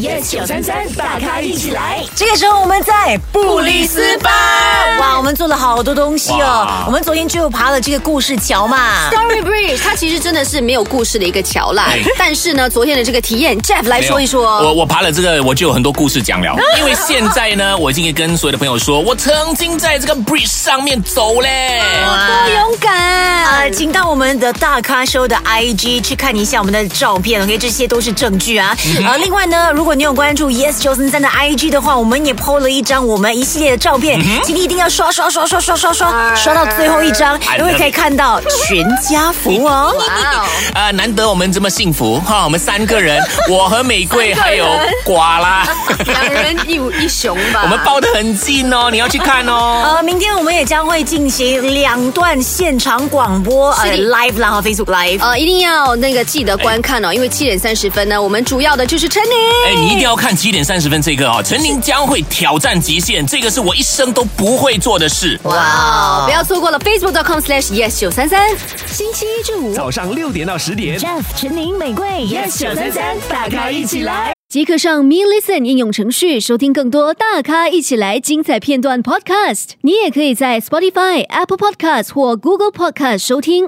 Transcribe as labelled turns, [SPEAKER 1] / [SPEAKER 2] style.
[SPEAKER 1] yes 九三三，大咖一起来。
[SPEAKER 2] 这个时候我们在布里斯班，哇，我们做了好多东西哦
[SPEAKER 3] 哇。
[SPEAKER 2] 我们昨天就爬了这个故事桥嘛
[SPEAKER 1] s，o r r y Bridge，它其实真的是没有故事的一个桥啦。但是呢，昨天的这个体验，Jeff 来
[SPEAKER 3] 没有
[SPEAKER 1] 说一说。
[SPEAKER 3] 我我爬了这个，我就有很多故事 讲了。因为现在呢，我已经跟所有的朋友说，我曾经在这个 bridge 上面走嘞。
[SPEAKER 1] 多勇
[SPEAKER 2] 呃，
[SPEAKER 1] 敢！
[SPEAKER 2] 请到我们的大咖 show 的 IG 去看一下我们的照片，OK，这些都是证据啊。呃，另外呢，如果你有关注 Yes 九三三的 IG 的话，我们也 PO 了一张我们一系列的照片，请你一定要刷刷刷刷刷刷刷刷到最后一张，
[SPEAKER 3] I
[SPEAKER 2] 因为
[SPEAKER 3] love
[SPEAKER 2] 可以看到全家福哦。
[SPEAKER 1] 哇哦，
[SPEAKER 3] 啊，难得我们这么幸福哈！我们三个 人，我和玫瑰还有瓜啦，
[SPEAKER 1] 两人一武一雄吧。
[SPEAKER 3] 我们抱得很近哦，你要去看 哦。
[SPEAKER 2] 呃，明天我们也将会进行两段现场广播，呃
[SPEAKER 1] 是的
[SPEAKER 2] ，live 啦，和 Facebook live。
[SPEAKER 1] 呃，一定要那个记得观看哦，因为七点三十分呢，我们主要的就是陈
[SPEAKER 3] 哎，
[SPEAKER 1] 宁。
[SPEAKER 3] 你一定要看七点三十分这个哦，陈琳将会挑战极限，这个是我一生都不会做的事。
[SPEAKER 1] 哇哦，不要错过了 Facebook.com/slash yes 九三三。星期一至 五
[SPEAKER 4] 早上六点到十点。
[SPEAKER 2] Jeff、陈宁、玫瑰，Yes 九三三，大咖一起来。
[SPEAKER 5] 即刻上 Me Listen 应用程序收听更多大咖一起来精彩片段 Podcast。你也可以在 Spotify、Apple Podcast 或 Google Podcast 收听。